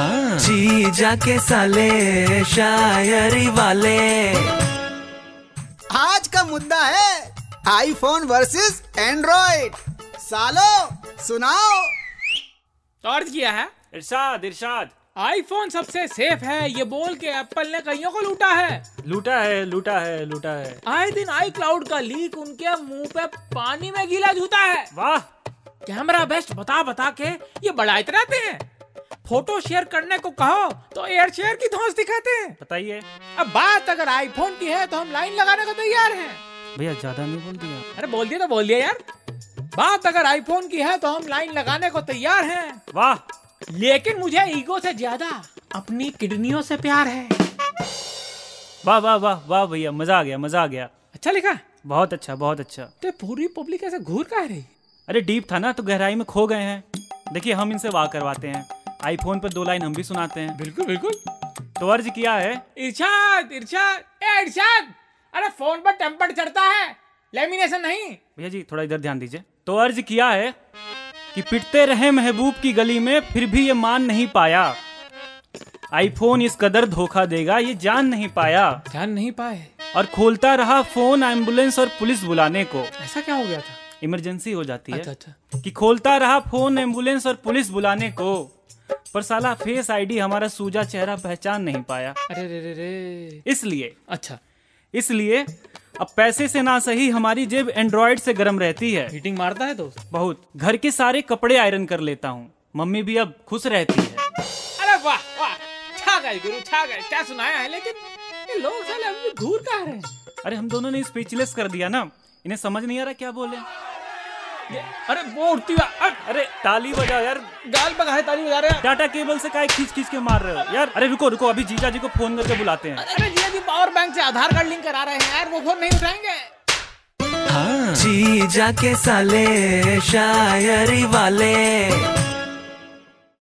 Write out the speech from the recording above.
जी जाके साले शायरी वाले आज का मुद्दा है आईफोन वर्सेस एंड्रॉइड सालो सुनाओ और किया है इरशाद इरशाद आईफोन सबसे सेफ है ये बोल के एप्पल ने कईयों को लूटा है लूटा है लूटा है लूटा है आए दिन आई क्लाउड का लीक उनके मुंह पे पानी में गीला जूता है वाह कैमरा बेस्ट बता बता के ये बड़ा इतराते हैं फोटो शेयर करने को कहो तो एयर शेयर की धौस दिखाते हैं बताइए अब बात अगर आईफोन की है तो हम लाइन लगाने को तैयार हैं भैया ज्यादा नहीं बोल दिया अरे बोल दिया तो बोल दिया यार बात अगर आईफोन की है तो हम लाइन लगाने को तैयार हैं वाह लेकिन मुझे ईगो से ज्यादा अपनी किडनियों से प्यार है वाह वाह वाह वाह भैया मजा आ गया मजा आ गया अच्छा लिखा बहुत अच्छा बहुत अच्छा तो ये पूरी पब्लिक ऐसे घूर कह रही अरे डीप था ना तो गहराई में खो गए हैं देखिए हम इनसे वाह करवाते हैं आईफोन पर दो लाइन हम भी सुनाते हैं बिल्कुल बिल्कुल तो अर्ज किया है इरशाद इरशाद ए इरशाद अरे फोन पर टेम्पर चढ़ता है लेमिनेशन नहीं भैया जी थोड़ा इधर ध्यान दीजिए तो अर्ज किया है कि पिटते रहे महबूब की गली में फिर भी ये मान नहीं पाया आईफोन इस कदर धोखा देगा ये जान नहीं पाया जान नहीं पाए और खोलता रहा फोन एम्बुलेंस और पुलिस बुलाने को ऐसा क्या हो गया था इमरजेंसी हो जाती अच्छा है अच्छा कि खोलता रहा फोन एम्बुलेंस और पुलिस बुलाने को पर साला फेस आईडी हमारा सूजा चेहरा पहचान नहीं पाया अरे रे रे रे इसलिए अच्छा इसलिए अब पैसे से ना सही हमारी जेब एंड्रॉयड से गर्म रहती है हीटिंग मारता है तो दोस्त बहुत घर के सारे कपड़े आयरन कर लेता हूँ मम्मी भी अब खुश रहती है अरे वाह वाह छा गए गुरु छा गए क्या सुनाया है लेकिन ये लोग साले अभी भी घूर कह रहे हैं अरे हम दोनों ने स्पीचलेस कर दिया ना इन्हें समझ नहीं आ रहा क्या बोले ये- अरे वो उठती हुआ अरे अरे ताली बजाओ यार गाल पर है ताली बजा रहे हैं डाटा केबल से काय खींच खींच के मार रहे हो यार अरे रुको रुको अभी जीजा जी को फोन करके बुलाते हैं अरे जिया जी पावर बैंक से आधार कार्ड लिंक करा रहे हैं यार वो फोन नहीं उठाएंगे जी जाके साले शायरी वाले